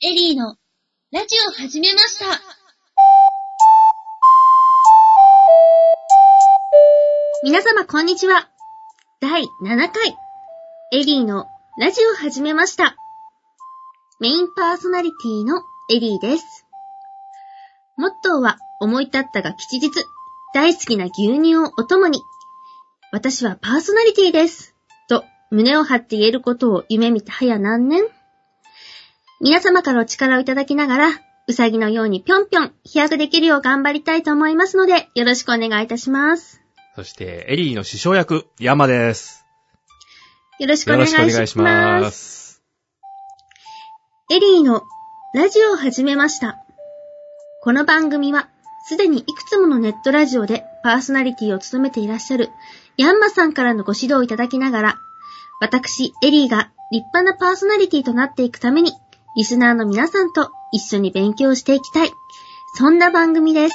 エリーのラジオ始めました。皆様こんにちは。第7回、エリーのラジオ始めました。メインパーソナリティのエリーです。モットーは思い立ったが吉日、大好きな牛乳をお供に、私はパーソナリティです。と胸を張って言えることを夢見て早何年皆様からお力をいただきながら、うさぎのようにぴょんぴょん飛躍できるよう頑張りたいと思いますので、よろしくお願いいたします。そして、エリーの師匠役、ヤマです。よろしくよお願ろいししくお願まいす。します。エリーのラジオを始めました。この番組は、すでにいくつものネットラジオでパーソナリティを務めていらっしゃるヤンマさんからのご指導をいただきながら、私、エリーが立派なパーソナリティとなっていくために、リスナーの皆さんと一緒に勉強していきたい。そんな番組です。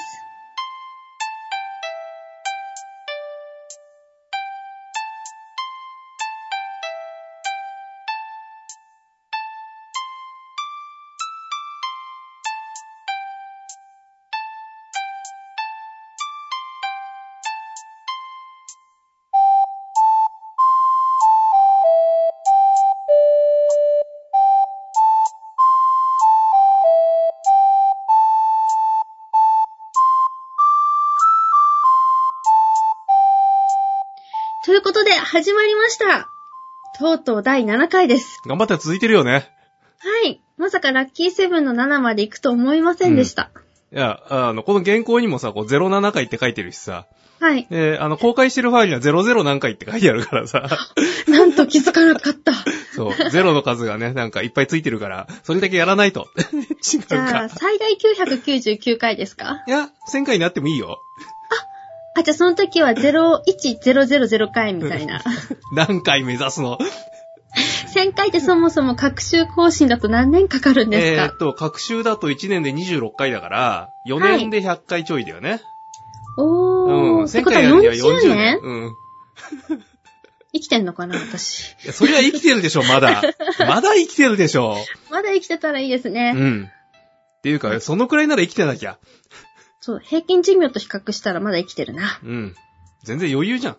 ということで、始まりました。とうとう第7回です。頑張って続いてるよね。はい。まさかラッキーセブンの7まで行くと思いませんでした。いや、あの、この原稿にもさ、こう、07回って書いてるしさ。はい。で、あの、公開してるファイルには00何回って書いてあるからさ。 なんと気づか なかった。そう、0の数がね、なんかいっぱいついてるから、それだけやらないと。 違うじゃあ、か。最大999回です かいや、1000回になってもいいよ。あ、じゃあその時は01000回みたい な。何回目指すの1000回ってそもそも各週更新だと何年かかるんですえーか、っと、各週だと1年で26回だから、4年で100回ちょいだよね。おうー。ん。って1000ことは回やるには40 40年年うん。生きてんのかな、私。いや、そりゃ生きてるでしょ、まだ。まだ生きてるでしょ。 まだ生きてたらいいですうね。ん。っていうか、そのくらいなら生きてなきゃ。そう、平均寿命と比較したらまだ生きてるな。うん。全然余裕じゃん。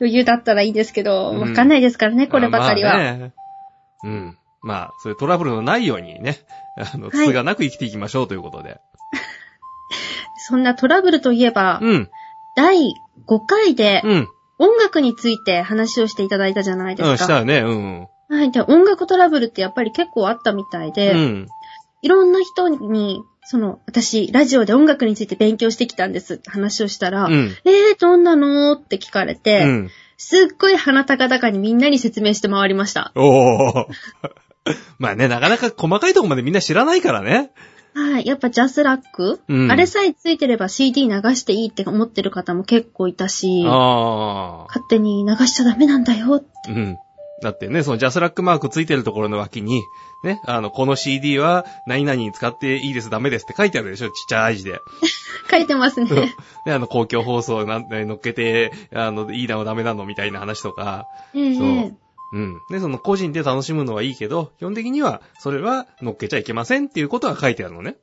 余裕だったらいいですけど、うんわかんないですからね、こればかりは。まあねうん。まあ、そういうトラブルのないようにね、 あの、はいつつがなく生きていきましょうということで。そんなトラブルといえば、うん。第5回でうん。音楽について話をしていただいたじゃないでうん、すしか。たね。うん。はい。で、音楽トラブルってやっぱり結構あったみたいうで、ん。いろんな人に、その、私、ラジオで音楽について勉強してきたんですって話をしたら、うん。えー、どんなのって聞かれて、うん。すっごい鼻高々にみんなに説明して回りました。おー。 まあね、なかなか細かいとこまでみんな知らないからね。はい。やっぱジャスラック、うん。あれさえついてれば CD 流していいって思ってる方も結構いたし、ああ。勝手に流しちゃダメなんだよ。うん。だってね、そのジャスラックマークついてるところの脇に、ね、あの、この CD は何々に使っていいです、ダメですって書いてあるでしょ、ちっちゃい字で。書いてますね。で、あの、公共放送なんえ乗っけて、あの、いいなのダメなのみたいな話とか、 ええそううん。で、その個人で楽しむのはいいけど、基本的には、それは乗っけちゃいけませんっていうことは書いてあるのね。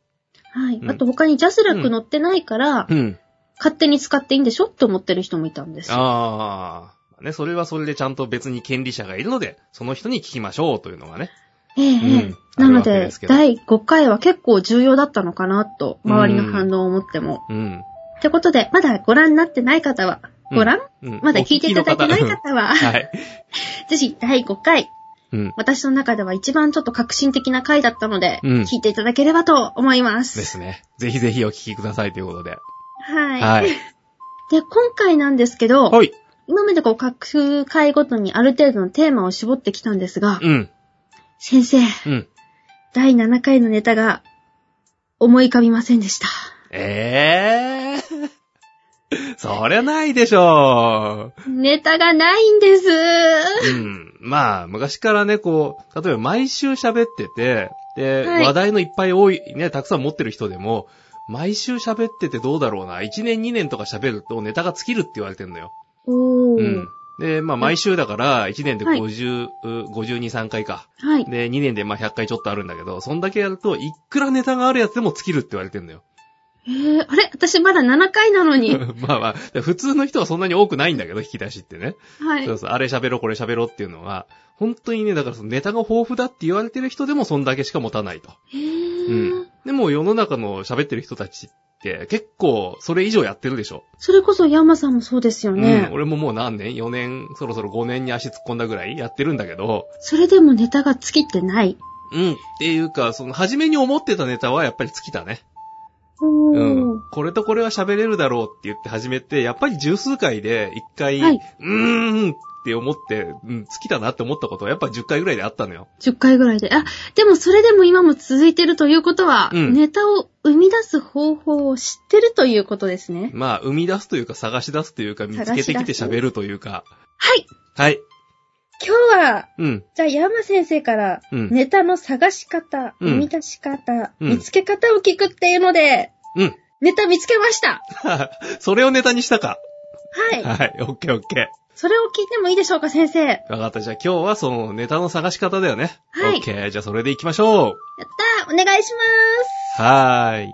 はい。うんあと他にジャスラック乗ってないから、うん。勝手に使っていいんでしょって思ってる人もいたんですよ。ああ。ね、それはそれでちゃんと別に権利者がいるので、その人に聞きましょうというのがね。ええええうんなのあるわけでですけど第5回は結構重要だったのかなと、周りの反応を思っても。うん。ってことで、まだご覧になってない方は、うんご覧、うん。まだ聞いていただいてないお聞きの方は、方 はい。 ぜひ第5回、うん。私の中では一番ちょっと革新的な回だったので、うん聞いていただければと思いま。ですすね。ぜひぜひお聞きくださいということで。はい。 はい。で、今回なんですけど、はい。今までこう各回ごとにある程度のテーマを絞ってきたんですが、うん。先生、うん。第7回のネタが思い浮かびませんでした。ええー。 そりゃないでしょネタがないんです。う。うん。まあ、昔からね、こう、例えば毎週喋ってて、で、はい話題のいっぱい多い、ね、たくさん持ってる人でも、毎週喋っててどうだろうな。1年2年とか喋るとネタが尽きるって言われてんのよ。おー。うん。で、まあ、毎週だから、1年ではい50、う52、3回か。はい。で、2年でまあ100回ちょっとあるんだけど、そんだけやると、いくらネタがあるやつでも尽きるって言われてんだよ。 えー、あれ私まだ7回なのに。まあまあ、普通の人はそんなに多くないんだけど、引き出しってね。はいそ。うそう、あれ喋ろう、これ喋ろうっていうのは、本当にね、だからそのネタが豊富だって言われてる人でもそんだけしか持たないと。へーうん。でも世の中の喋ってる人たちって結構それ以上やってるでしょ。それこそヤマさんもそうですよね。うん。俺ももう何年 ?4 年、そろそろ5年に足突っ込んだぐらいやってるんだけど、それでもネタが尽きてない。うん。っていうか、その初めに思ってたネタはやっぱり尽きたね。おーうん。これとこれは喋れるだろうって言って始めて、やっぱり十数回で一回、はいうーんって思って、うん、尽きたなって思ったことはやっぱ10回ぐらいであったのよ。 10回ぐらいで。あ、でもそれでも今も続いてるということは、うんネタを生み出す方法を知ってるということですね。まあ、生み出すというか探し出すというか見つけてきて喋るというか。はいはい。今日は、うん。じゃあヤマ先生から、うん。ネタの探し方、うん生み出し方、うん見つけ方を聞くっていうので、うん。 ネタ見つけましたそれをネタにしたか。はい。はい。オッケーオッケそれを聞いてもいいでしょうか、先生。やっー。わかった。じゃあ今日はそのネタの探し方だよね。はいオッケー。じゃあそれで行きましょう。たーお願いしまはーい。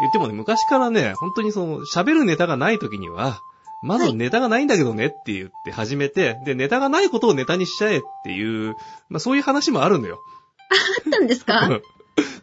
言ってもね、昔からね、本当にその、喋るネタがない時には、まはずいネタがないんだけどねって言って始めて、で、ネタがないことをネタにしちゃえっていう、まあそういう話もあるんだよ。す。あったんですか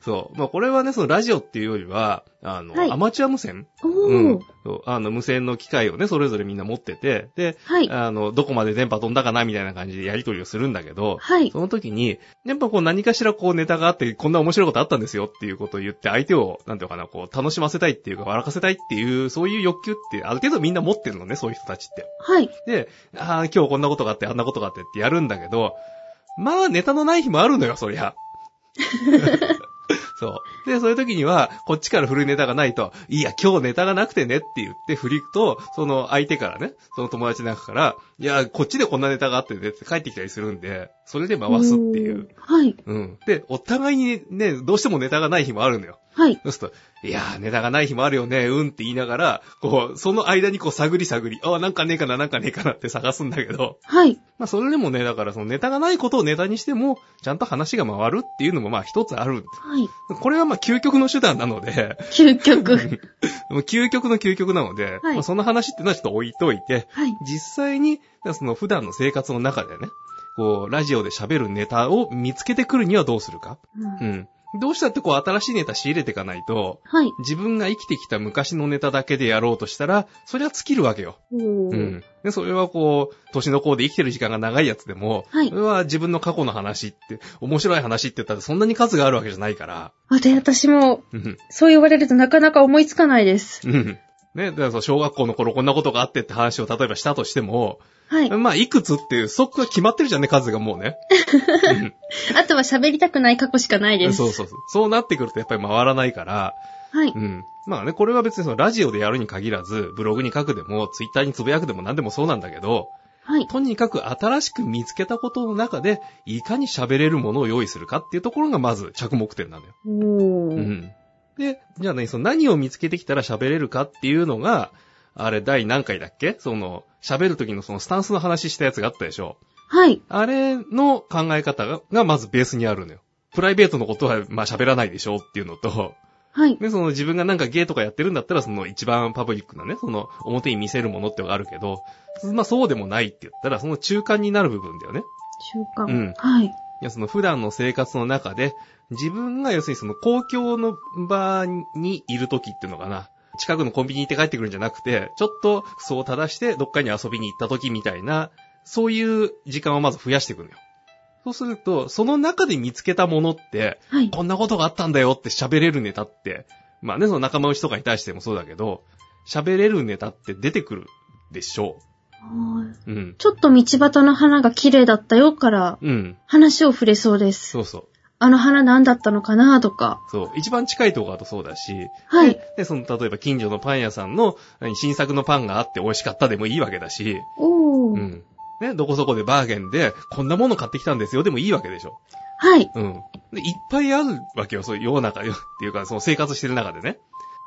そう。まあこれはね、そのラジオっていうよりは、あの、はいアマチュア無線おー、うん。そうあの、無線の機械をね、それぞれみんな持ってて、で、はい。あの、どこまで電波飛んだかなみたいな感じでやり取りをするんだけど、はい。その時に、やっぱこう何かしらこうネタがあって、こんな面白いことあったんですよっていうことを言って、相手を、なんていうのかな、こう楽しませたいっていうか、笑かせたいっていう、そういう欲求って、ある程度みんな持ってるのね、そういう人たちって。はい。で、ああ、今日こんなことがあって、あんなことがあってってやるんだけど、まあ、ネタのない日もあるのよ、そり ゃ。そう。で、そういう時には、こっちから振るネタがないと、いや、今日ネタがなくてねって言って振りと、その相手からね、その友達なんかから、いや、こっちでこんなネタがあってねって帰ってきたりするんで、それで回すっていう。おー。はい。うん。で、お互いにね、どうしてもネタがない日もあるのよ。はい。そうすると、いやー、ネタがない日もあるよね、うんって言いながら、こう、その間にこう探り探り、あー、なんかねえかな、なんかねえかなって探すんだけど、はい。まあそれでもね、だからそのネタがないことをネタにしても、ちゃんと話が回るっていうのもまあ一つある。はい。これはまあ究極の手段なので、 究極。もう究極の究極なので、はいまあその話っていうのはちょっと置いといて、はい。実際に、その普段の生活の中でね、こう、ラジオで喋るネタを見つけてくるにはどうするか。うんうん。どうしたってこう新しいネタ仕入れていかないと、はい。自分が生きてきた昔のネタだけでやろうとしたら、それは尽きるわけよ。おうー。ん。で、それはこう、年の子で生きてる時間が長いやつでも、はいそれは自分の過去の話って、面白い話って言ったらそんなに数があるわけじゃないから。あ、で、私も、うん。そう言われるとなかなか思いつかないです。うん。ね、だからそう小学校の頃こんなことがあってって話を例えばしたとしても、はい。まあ、いくつっていう、そこが決まってるじゃんね、数がもうね。うんあとは喋りたくない過去しかないです。そうそうそう。そうなってくるとやっぱり回らないから、はい。うん。まあね、これは別にそのラジオでやるに限らず、ブログに書くでも、ツイッターにつぶやくでも何でもそうなんだけど、はい。とにかく新しく見つけたことの中で、いかに喋れるものを用意するかっていうところがまず着目点なのよ。おうー。ん。で、じゃあね、その何を見つけてきたら喋れるかっていうのが、あれ第何回だっけその、喋る時のそのスタンスの話したやつがあったでしょ。はい。あれの考え方が、がまずベースにあるのよ。プライベートのことは、まあ喋らないでしょっていうのと、はい。で、その自分がなんかゲイとかやってるんだったら、その一番パブリックなね、その表に見せるものってのがあるけど、まあそうでもないって言ったら、その中間になる部分だよね。中う間ん。はい。いや、その普段の生活の中で、自分が要するにその公共の場にいる時っていうのかな。近くのコンビニ行って帰ってくるんじゃなくて、ちょっと服装を正してどっかに遊びに行った時みたいな、そういう時間をまず増やしていくのよ。そうすると、その中で見つけたものって、はい。こんなことがあったんだよって喋れるネタって、まあね、その仲間内とかに対してもそうだけど、喋れるネタって出てくるでしょ。はいううん。ちょっと道端の花が綺麗だったよから、うん。話を触れそうです。そうそう。あの花何だったのかなとか。そう。一番近いとこだとそうだし。はいで。で、その、例えば近所のパン屋さんの何新作のパンがあって美味しかったでもいいわけだし。おー。うん。ね、どこそこでバーゲンで、こんなもの買ってきたんですよでもいいわけでしょ。はい。うん。で、いっぱいあるわけよ、そういう世の中 よ。っていうか、その生活してる中でね。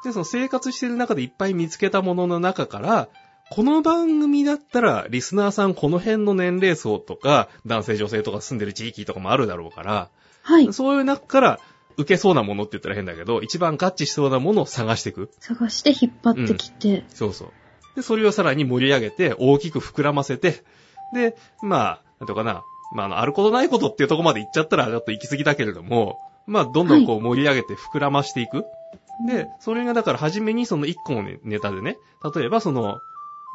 で、その生活してる中でいっぱい見つけたものの中から、この番組だったら、リスナーさんこの辺の年齢層とか、男性女性とか住んでる地域とかもあるだろうから、はい。そういう中から、受けそうなものって言ったら変だけど、一番合致しそうなものを探していく。探して引っ張ってきて。そうそう。で、それをさらに盛り上げて、大きく膨らませて、で、まあ、なんとかな、まあ、あの、あることないことっていうとこまで行っちゃったら、ちょっと行き過ぎだけれども、まあ、どんどんこう盛り上げて膨らましていく。で、それがだから、初めにその一個のねネタでね、例えばその、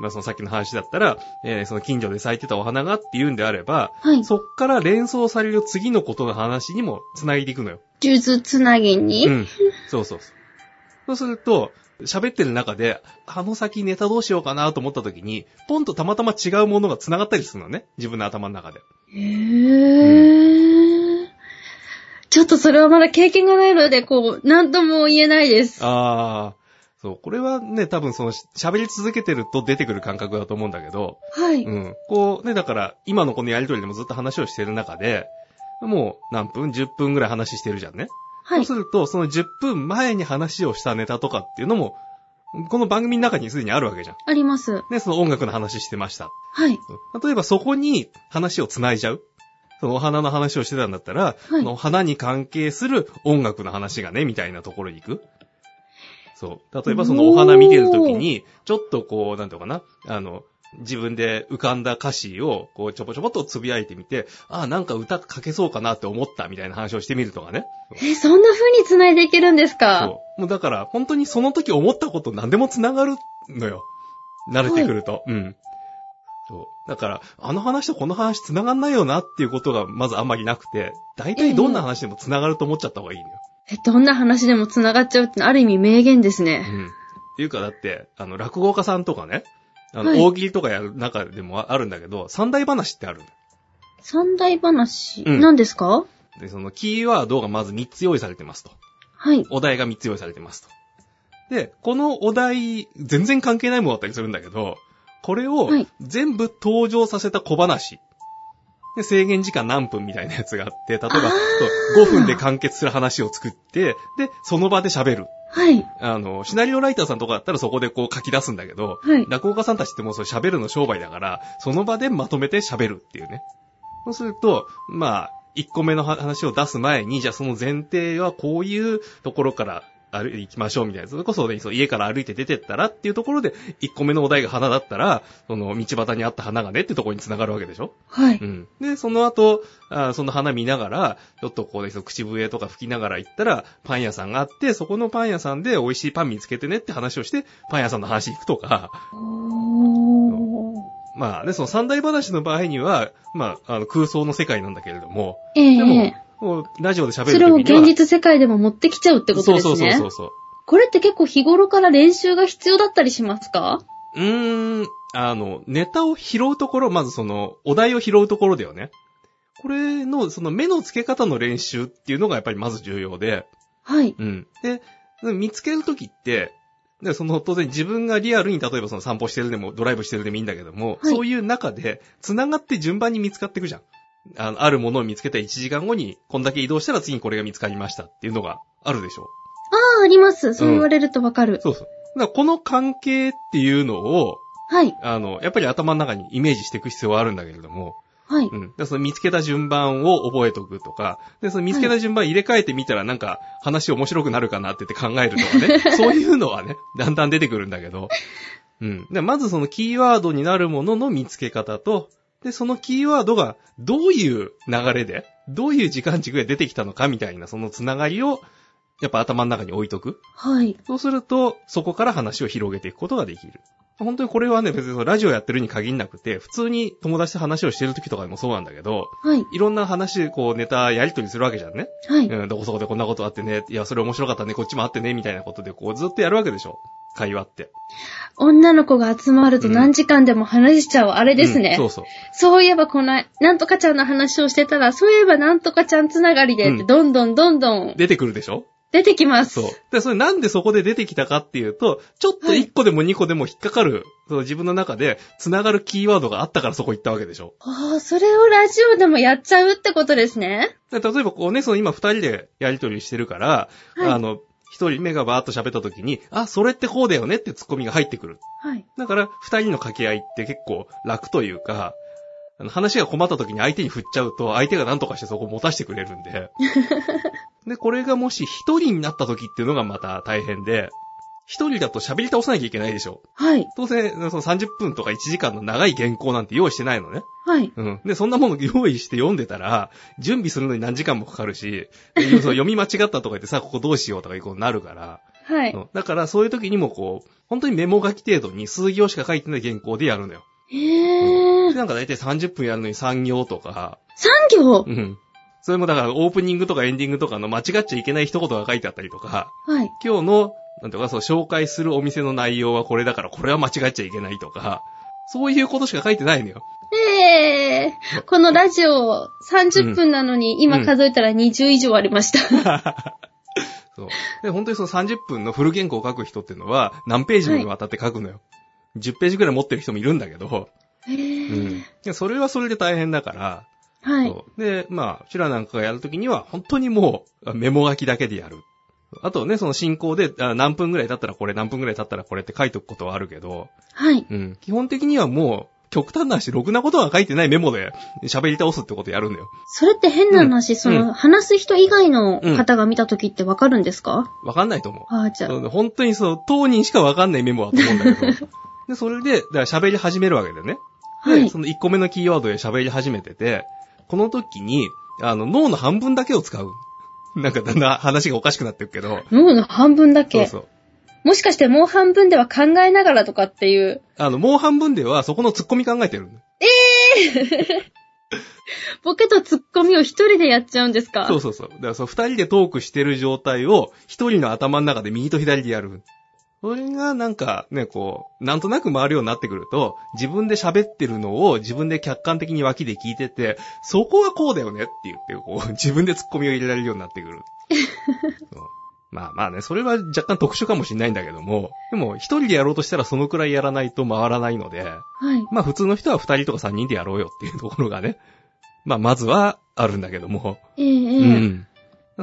まあ、そのさっきの話だったら、えーその近所で咲いてたお花がっていうんであれば、はい。そっから連想される次のことの話にも繋いでいくのよ。数珠つなぎに、うん。そうそうそう。そうすると、喋ってる中で、あの先ネタどうしようかなと思った時に、ポンとたまたま違うものが繋がったりするのね。自分の頭の中で。へー。ちょっとそれはまだ経験がないので、こう、なんとも言えないです。あー。そう、これはね、多分その、喋り続けてると出てくる感覚だと思うんだけど、はい。うん。こうね、だから、今のこのやりとりでもずっと話をしてる中で、もう何分 ?10 分ぐらい話してるじゃんね。はい。そうすると、その10分前に話をしたネタとかっていうのも、この番組の中にすでにあるわけじゃん。あります。ね、その音楽の話してました。はい。例えばそこに話を繋いじゃう。そのお花の話をしてたんだったら、その花に関係する音楽の話がね、みたいなところに行く。そう。例えばそのお花見てるときに、ちょっとこう、なんていうのかな、あの、自分で浮かんだ歌詞を、こう、ちょぼちょぼっとつぶやいてみて、ああ、なんか歌書けそうかなって思ったみたいな話をしてみるとかね。え、そんな風に繋いでいけるんですかそう。もうだから、本当にその時思ったこと何でも繋がるのよ。慣れてくると。うん。そう。だから、あの話とこの話繋がんないよなっていうことがまずあんまりなくて、大体どんな話でも繋がると思っちゃった方がいいのよ。え、どんな話でも繋がっちゃうってのはある意味名言ですね。うん。っていうかだって、あの、落語家さんとかね、あの、はい大喜利とかやる中でもあるんだけど、三大話ってあるんだよ。三大話、うん何ですかで、そのキーワードがまず3つ用意されてますと。はい。お題が3つ用意されてますと。で、このお題、全然関係ないものだったりするんだけど、これをはい全部登場させた小話。で、制限時間何分みたいなやつがあって、例えばあーそう5分で完結する話を作って、で、その場で喋る。はい。あの、シナリオライターさんとかだったらそこでこう書き出すんだけど、はい落語家さんたちってもうそれ喋るの商売だから、その場でまとめて喋るっていうね。そうすると、まあ、1個目のは話を出す前に、じゃあその前提はこういうところから歩い行きましょうみたいな。それこそ、ね、そう家から歩いて出てったらっていうところで、1個目のお題が花だったら、その道端にあった花がねってところに繋がるわけでしょはうい。ん。で、その後、あーその花見ながら、ちょっとこうね、その口笛とか吹きながら行ったら、パン屋さんがあって、そこのパン屋さんで美味しいパン見つけてねって話をして、パン屋さんの話行くとか、おー。まあね、その三大話の場合には、まあ、あの空想の世界なんだけれども、えでもえもうラジオで喋るときそにれは。を現実世界でも持ってきちゃうってことですね。そうそうそうそう。これって結構日頃から練習が必要だったりしますかうーん、あの、ネタを拾うところ、まずその、お題を拾うところだよね。これの、その目の付け方の練習っていうのがやっぱりまず重要で、はい。うん。で、見つけるときって、で、その、当然自分がリアルに、例えばその散歩してるでも、ドライブしてるでもいいんだけども、はいそういう中で、繋がって順番に見つかっていくじゃん。あのあるものを見つけて1時間後に、こんだけ移動したら次にこれが見つかりましたっていうのがあるでしょ。ああ、あります。そう言われるとわかる。そうそう。だからこの関係っていうのを、はい。あの、やっぱり頭の中にイメージしていく必要はあるんだけれども、はい。うん。で、その見つけた順番を覚えとくとか、で、その見つけた順番入れ替えてみたらなんか話面白くなるかなって言って考えると かね。そういうのはね、だんだん出てくるんだけど。うん。で、まずそのキーワードになるものの見つけ方と、で、そのキーワードがどういう流れで、どういう時間軸で出てきたのかみたいなそのつながりを、やっぱ頭の中に置いとく。はい。そうすると、そこから話を広げていくことができる。本当にこれはね、別にそのラジオやってるに限んなくて、普通に友達と話をしてる時とかでもそうなんだけど、はい。いろんな話、こう、ネタやりとりするわけじゃんね。はい。うん、どこそこでこんなことあってね、いや、それ面白かったね、こっちもあってね、みたいなことで、こう、ずっとやるわけでしょ。会話って。女の子が集まるとうん何時間でも話しちゃう、あれですね、うんそそうう。そう。いえばこの、なんとかちゃんの話をしてたら、そういえばなんとかちゃんつながりでっうて、んどんどんどんどん出てくるでしょ出てきます。そう。で、それなんでそこで出てきたかっていうと、ちょっと1個でも2個でも引っかかる、その自分の中で繋がるキーワードがあったからそこ行ったわけでしょ。ああ、それをラジオでもやっちゃうってことですね。で例えばこうね、その今2人でやりとりしてるから、はいあの、1人目がバーッと喋った時に、あ、それってこうだよねってツッコミが入ってくる。はい。だから、二人の掛け合いって結構楽というか、あの話が困った時に相手に振っちゃうと、相手が何とかしてそこを持たせてくれる んで。で、これがもし一人になった時っていうのがまた大変で、一人だと喋り倒さなきゃいけないでしょ。はい。当然、その30分とか1時間の長い原稿なんて用意してないのね。はい。うん。で、そんなもの用意して読んでたら、準備するのに何時間もかかるし、でその読み間違ったとか言ってさ、こ こどうしようとかいうことになるから。はうい。んだからそういう時にもこう、本当にメモ書き程度に数行しか書いてない原稿でやるのよ。へえでー。なんか大体30分やるのに3行とか、産業うん。それもだからオープニングとかエンディングとかの間違っちゃいけない一言が書いてあったりとか、はい。今日の、なんていうか、その紹介するお店の内容はこれだからこれは間違っちゃいけないとか、そういうことしか書いてないのよ。ええー。このラジオ30分なのに、今数えたら20以上ありました。そう。で、本当にその30分のフル原稿を書く人っていうのは何ページもにわたって書くのよ。10ページくらい持ってる人もいるんだけど、へえうん。でそれはそれで大変だから、はい。そうで、まあ、修羅なんかがやるときには、本当にもう、メモ書きだけでやる。あとね、その進行で、あ何分ぐらい経ったらこれ、何分ぐらい経ったらこれって書いとくことはあるけど、はい。うん。基本的にはもう、極端な話、ろくなことは書いてないメモで喋り倒すってことやるんだよ。それって変な話、その、うん話す人以外の方が見た時ってわかるんですか、わかんないと思う。ああ、じゃあ。そう本当にそう、当人しかわかんないメモだと思うんだけど。 で、それで、だから喋り始めるわけだよね。はで、いそ。の1個目のキーワードで喋り始めてて、この時に、あの、脳の半分だけを使う。なんかだんだん話がおかしくなってるけど。脳の半分だそうけ。そう。もしかしてもう半分では考えながらとかっていう。あの、もう半分ではそこの突っ込み考えてる。ボケとツッコミを一人でやっちゃうんですか そうそうそう。だからそう、二人でトークしてる状態を一人の頭の中で右と左でやる。それがなんかね、こう、なんとなく回るようになってくると、自分で喋ってるのを自分で客観的に脇で聞いてて、そこはこうだよねって言って、こう、自分で突っ込みを入れられるようになってくる。そうまあまあね、それは若干特殊かもしれないんだけども、でも一人でやろうとしたらそのくらいやらないと回らないので、はい。まあ普通の人は二人とか三人でやろうよっていうところがね、まあまずはあるんだけども。ええええうん。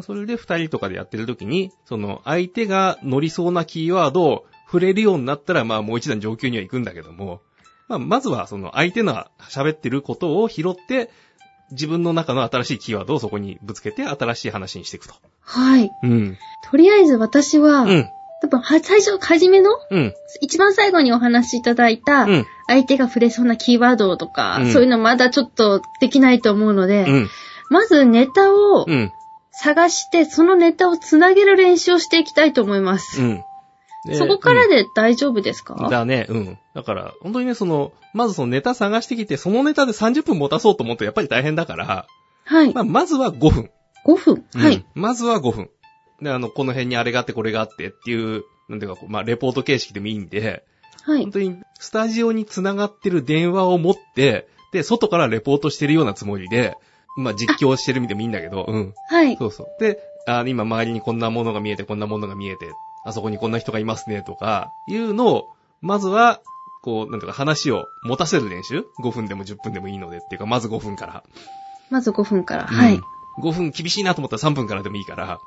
それで二人とかでやってる時に、その相手が乗りそうなキーワードを触れるようになったら、まあもう一段上級には行くんだけども、まあまずはその相手の喋ってることを拾って、自分の中の新しいキーワードをそこにぶつけて新しい話にしていくと。はい。うん。とりあえず私は、うん。多分は、最初、初めの、うん。一番最後にお話しいただいた、うん。相手が触れそうなキーワードとか、うんそういうのまだちょっとできないと思うので、うん。まずネタをうん。探して、そのネタをつなげる練習をしていきたいと思います。うん。でそこからで大丈夫ですか、だね、うん。だから、本当にね、その、まずそのネタ探してきて、そのネタで30分持たそうと思うとやっぱり大変だから、はい。まあ、まずは5分。 5分。はうんい。まずは5分。で、あの、この辺にあれがあってこれがあってっていう、なんていうか、こうまあ、レポート形式でもいいんで、はい本。当に、スタジオに繋がってる電話を持って、で、外からレポートしてるようなつもりで、まあ、実況してる意味でもいいんだけど、うん。はい。そうそう。で、あ今周りにこんなものが見えて、こんなものが見えて、あそこにこんな人がいますね、とか、いうのを、まずは、こう、なんていうか話を持たせる練習 ?5 分でも10分でもいいのでっていうか、まず5分から。まず5分から。はういん。。5分厳しいなと思ったら3分からでもいい から。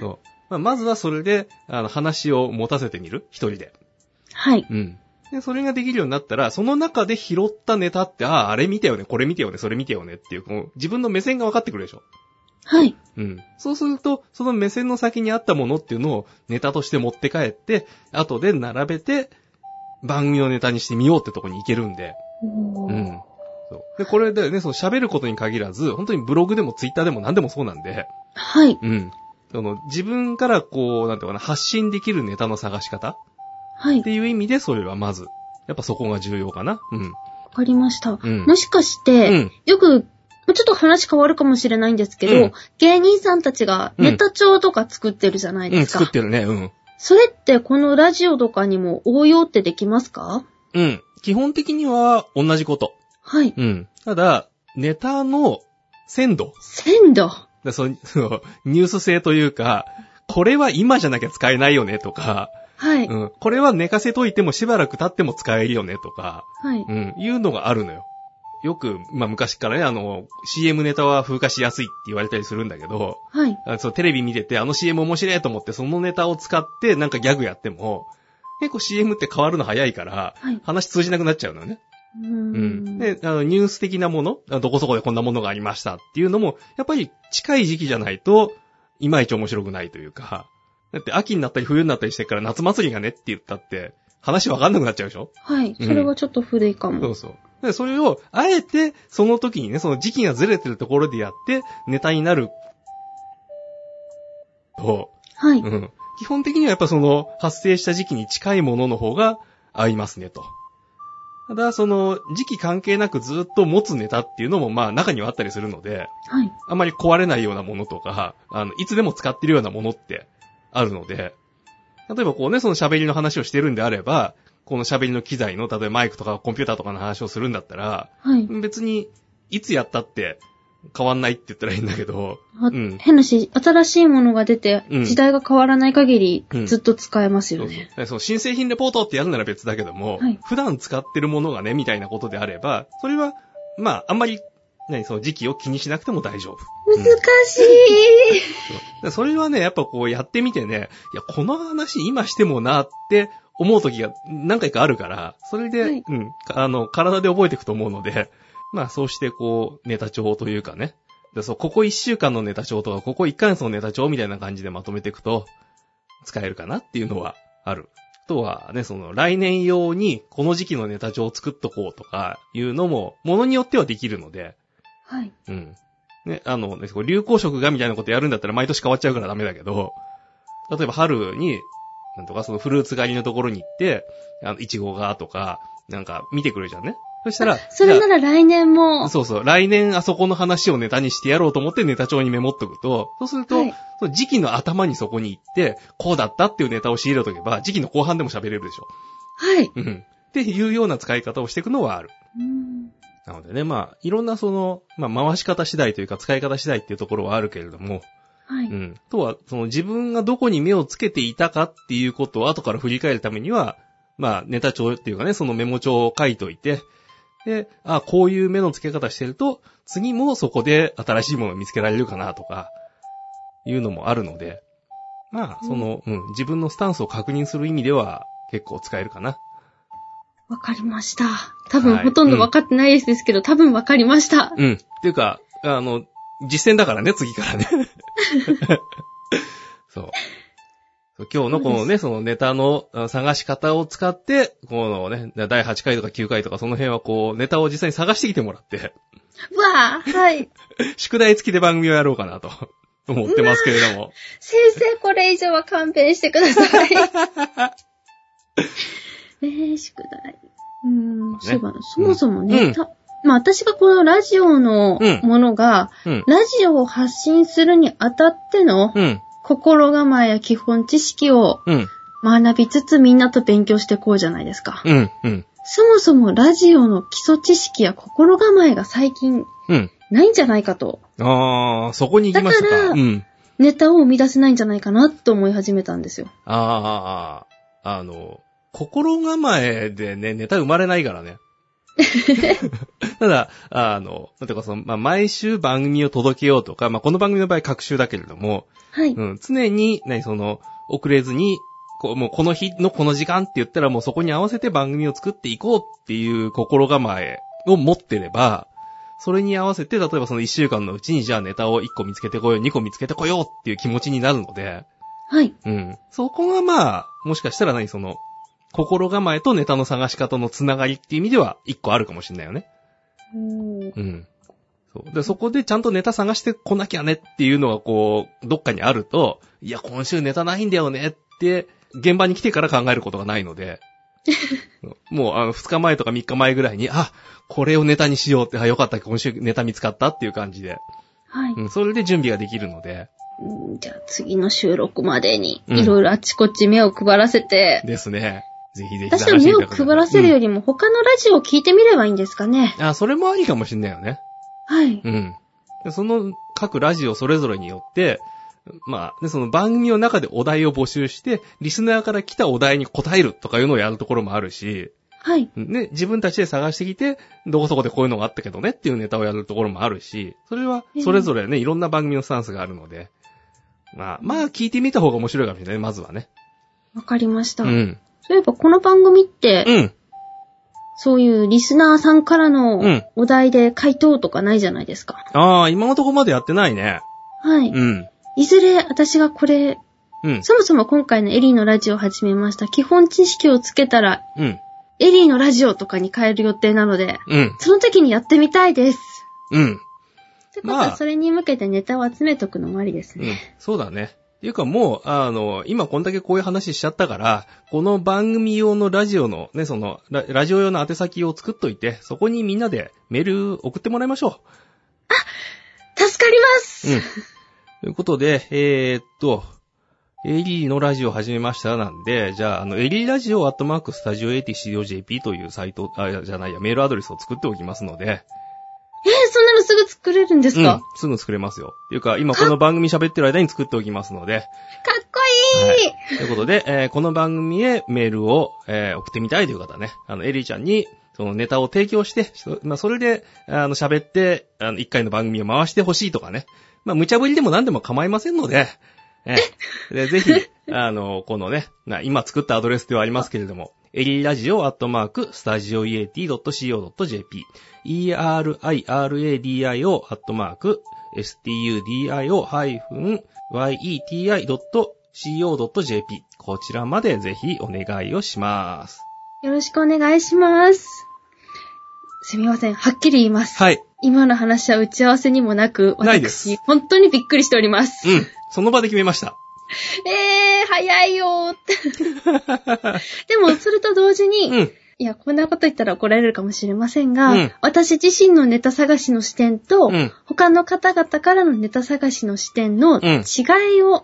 そうまあ、まずはそれで、あの、話を持たせてみる一人で。はい。うん。で、それができるようになったら、その中で拾ったネタって、ああ、あれ見てよね、これ見てよね、それ見てよねっていう、こう、自分の目線が分かってくるでしょ。はい。うん。そうすると、その目線の先にあったものっていうのをネタとして持って帰って、後で並べて、番組のネタにしてみようってとこに行けるんで。おうーん。そう。で、これでね、その喋ることに限らず、本当にブログでもツイッターでも何でもそうなんで、はい。うん。その、自分からこう、なんていうかな、発信できるネタの探し方はっい。ていう意味で、それはまずやっぱそこが重要かな。うわん。かりました。うんもしかしうて、ん。よく、ちょっと話変わるかもしれないんですけど、うん芸人さんたちがうんネタ帳とか作ってるじゃないうん、ですか。作ってるね。うん。それってこのラジオとかにも応用ってできますかうん。基本的には同じこと。はい。うん。ただ、ネタの鮮度。鮮度。だその そのニュース性というか、これは今じゃなきゃ使えないよねとか、はい。うん。これは寝かせといてもしばらく経っても使えるよねとか、はい。うん。いうのがあるのよ。よく、まあ、昔からね、あの、CM ネタは風化しやすいって言われたりするんだけど、はい。あそう、テレビ見てて、あの CM 面白いと思って、そのネタを使って、なんかギャグやっても、結構 CM って変わるの早いから、はい。話通じなくなっちゃうのよね。うーうん。ん。で、あの、ニュース的なもの、あどこそこでこんなものがありましたっていうのも、やっぱり近い時期じゃないと、いまいち面白くないというか、だって秋になったり冬になったりしてっから夏祭りがねって言ったって、話わかんなくなっちゃうでしょはい。うんそれはちょっと古いかそも。うそう。で、それを、あえて、その時にね、その時期がずれてるところでやって、ネタになる。と、。はいうん。基本的にはやっぱその、発生した時期に近いものの方が合いますね、と。ただ、その、時期関係なくずっと持つネタっていうのも、まあ、中にはあったりするので、はい。あまり壊れないようなものとか、あの、いつでも使ってるようなものってあるので、例えばこうね、その喋りの話をしてるんであれば、この喋りの機材の、例えばマイクとかコンピューターとかの話をするんだったら、はい。別に、いつやったって変わんないって言ったらいいんだけど、あうん変なし、新しいものが出て、うん時代が変わらない限りう、んずっと使えますそようそうね。でその新製品レポートってやるなら別だけども、はい普段使ってるものがね、みたいなことであれば、それは、まあ、あんまり、何、その時期を気にしなくても大丈夫。うん難しい。そうそれはね、やっぱこうやってみてね、いや、この話今してもなって思う時が何回かあるから、それで、はいうん、あの、体で覚えていくと思うので、 まあそうしてこう、ネタ帳というかね、でそう、ここ1週間のネタ帳とか、ここ1ヶ月のネタ帳みたいな感じでまとめていくと、使えるかなっていうのはある。あとはね、その、来年用にこの時期のネタ帳を作っとこうとかいうのも、ものによってはできるので、はい。うん。ね、あの、ね、こう流行色がみたいなことやるんだったら毎年変わっちゃうからダメだけど、例えば春に、なんとかそのフルーツ狩りのところに行って、あの、イチゴがとか、なんか見てくるじゃんね。そしたら、それじなゃら来年あも。そうそう、来年あそこの話をネタにしてやろうと思ってネタ帳にメモっとくと、そうすると、はいその時期の頭にそこに行って、こうだったっていうネタを仕入れとけば、時期の後半でも喋れるでしょ。はい。うん。っていうような使い方をしていくのはある。うんなのでね、まあ、いろんなその、まあ、回し方次第というか、使い方次第っていうところはあるけれども、はうい。ん。あとは、その自分がどこに目をつけていたかっていうことを後から振り返るためには、まあ、ネタ帳っていうかね、そのメモ帳を書いといて、で、あ、こういう目のつけ方してると、次もそこで新しいものを見つけられるかなとか、いうのもあるので、まあ、その、うん、自分のスタンスを確認する意味では、結構使えるかな。わかりました。多分はいほとんどわかってないですけど、多分わかりました。うん。っていうか、あの、実践だからね、次からね。そう。そう今日のこのね、そのネタのあ探し方を使って、このね、第8回とか9回とかその辺はこう、ネタを実際に探してきてもらって、 わあはい。宿題付きで番組をやろうかなと 思ってますけれども。先生、これ以上は勘弁してくださ い。ねえ、宿題。うーまん、あねそういえば、そもそもね、うんたまあ私がこのラジオのうんものが、うん。ラジオを発信するにあたってのうん。心構えや基本知識をうん。学びつつみんなと勉強してこうじゃないですか。うん。うん。そもそもラジオの基礎知識や心構えが最近うん。ないんじゃないかと、あー、そこに行きましただかか。らうん。ネタを生み出せないんじゃないかなと思い始めたんですよ。あー、あの、心構えでね、ネタ生まれないからね。ただ、あの、なんていうかその、まあ、毎週番組を届けようとか、まあ、この番組の場合、各週だけれども、はい。うん、常に、何、その、遅れずに、こう、もうこの日のこの時間って言ったら、もうそこに合わせて番組を作っていこうっていう心構えを持ってれば、それに合わせて、例えばその一週間のうちに、じゃあネタを1個見つけてこよう、2個見つけてこようっていう気持ちになるので、はい。うん。そこがまあ、もしかしたら何その、心構えとネタの探し方のつながりっていう意味では、一個あるかもしれないよね。うんうん。そう。で、そこでちゃんとネタ探してこなきゃねっていうのがこう、どっかにあ ると、いや、今週ネタないんだよねって、現場に来てから考えることがないので、もう、あの、2日前とか3日前ぐらいに、あ、これをネタにしようって、あ、よかった、今週ネタ見つかったっていう感じで。はい。うん、それで準備ができるので、うんじゃあ次の収録までに、うんいろいろあちこち目を配らせて、ですね。ぜひぜひ。私は目を配らせるよりも他のラジオを聞いてみればいいんですかね。うんあ、それもありかもしんないよね。はい。うん。でその各ラジオそれぞれによって、まあ、でその番組の中でお題を募集して、リスナーから来たお題に答えるとかいうのをやるところもあるし、はい。ね、自分たちで探してきて、どこそこでこういうのがあったけどねっていうネタをやるところもあるし、それはそれぞれね、いろんな番組のスタンスがあるので、まあ、まあ聞いてみた方が面白いかもしれない、まずはね。わかりました。うん。そういえばこの番組って、うん。そういうリスナーさんからのうんお題で回答とかないじゃないですか。ああ、今のところまでやってないね。はい。うん。いずれ私がこれ、うん。そもそも今回のエリーのラジオを始めました。基本知識をつけたら、うん。エリーのラジオとかに変える予定なので、うん。その時にやってみたいです。うん。ってことまあは、それに向けてネタを集めとくのもありですうね。ん、そうだね。っていうかもう、あの、今こんだけこういう話しちゃったから、この番組用のラジオのね、そのラ、ラジオ用の宛先を作っといて、そこにみんなでメール送ってもらいましょ助かります、う。うん。ということで、えー、っと、エリーのラジオ始めましたなんで、じゃあ、あの、エリーラジオアットマークスタジオ ATCDOJP というサイト、あ、じゃないや、メールアドレスを作っておきますので、えー、そんなのすぐ作れるんですか、うん、すぐ作れますよ。っていうか、今この番組喋ってる間に作っておきますので、かっこいい、はいということで、えーこの番組へメールを、えー送ってみたいという方ね、あの、エリーちゃんに、そのネタを提供して、そまあ、それで、あの、喋って、あの、一回の番組を回してほしいとかね。まあ、無茶ぶりでも何でも構いませんので、えーでぜひ、あの、このね、な今作ったアドレスではありますけれども、エリーラジオアットマーク、スタジオ EAT.co.jp、eriradio アットマーク、studio-yeti.co.jp こちらまでぜひお願いをします。よろしくお願いします。すみません。はっきり言います。はい。今の話は打ち合わせにもなく、ないです私、本当にびっくりしております。うん。その場で決めました。えー、早いよーって。 でも、それと同時に、うん。いや、こんなこと言ったら怒られるかもしれませんが、うん私自身のネタ探しの視点と、うん他の方々からのネタ探しの視点のうん違いを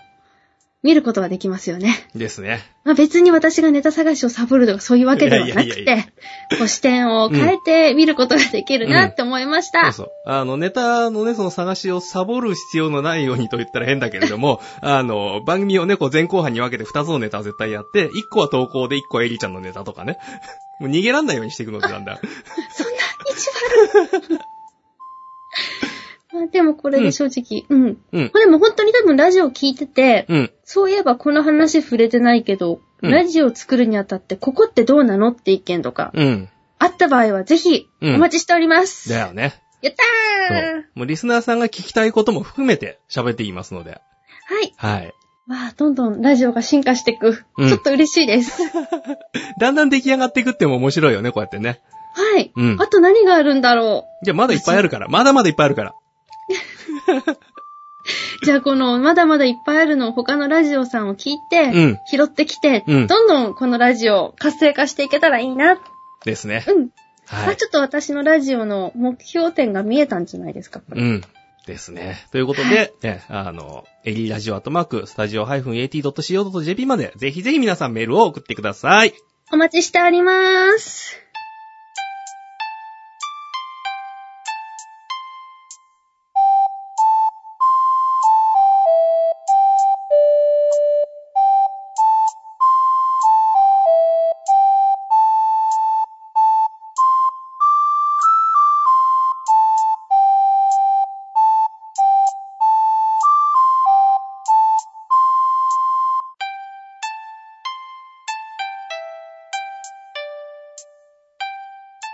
見ることができますよね。ですね。まあ、別に私がネタ探しをサボるとかそういうわけではなくて、いやいやいやいやこう視点を変えて見ることができるなって思いました。そうそう。あの、ネタのね、その探しをサボる必要のないようにと言ったら変だけれども、 あの、番組をね、こう前後半に分けて2つのネタは絶対やって、1個は投稿で1個はエリちゃんのネタとかね。 もう逃げらんないようにしていくのでなんだ。そんな一 番。まあでもこれで正直、うん。うん。これも本当に多分ラジオ聞いてて、うん。そういえばこの話触れてないけど、うんラジオ作るにあたってここってどうなのって意見とか、うん。あった場合はぜひおうん待ちしております。だよね。やっそたーう。もうリスナーさんが聞きたいことも含めて喋っていますので。はい。はい。まあ、どんどんラジオが進化していく。うんちょっと嬉しい です。だんだん出来上がっていくっても面白いよね、こうやってね。はい。うんあと何があるんだろじゃあまだいっぱいあるから。まだまだいっぱいあるから。う。じゃあこの、まだまだいっぱいあるのを他のラジオさんを聞いて、うん拾ってきて、うんどんどんこのラジオ活性化していけたらいいな。ですね。うん。まはあい。ちょっと私のラジオの目標点が見えたんじゃないですか、これ。うん。ですね。ということで、 ね、あの、エリラジオアットマーク、スタジオ -at.co.jp まで、ぜひぜひ皆さんメールを送ってください。お待ちしております。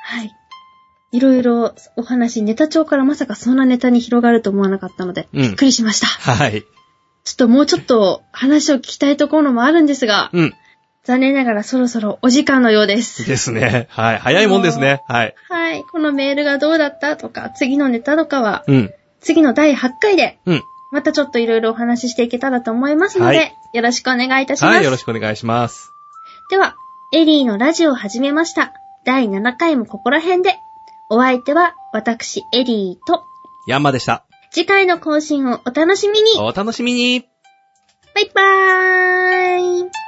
はい。いろいろお話、ネタ帳からまさかそんなネタに広がると思わなかったので、うんびっくりしました。はい。ちょっともうちょっと話を聞きたいところもあるんですが、うん。残念ながらそろそろお時間のようです。ですね。はい。早いもんですね。はい。はい。このメールがどうだったとか、次のネタとかは、うん。次の第8回で、うん。またちょっといろいろお話ししていけたらと思いますので、はいよろしくお願いいたします。はい。よろしくお願いします。では、エリーのラジオを始めました。第7回もここら辺で。お相手は私、エリーと、ヤンマでした。次回の更新をお楽しみにお楽しみにバイバーイ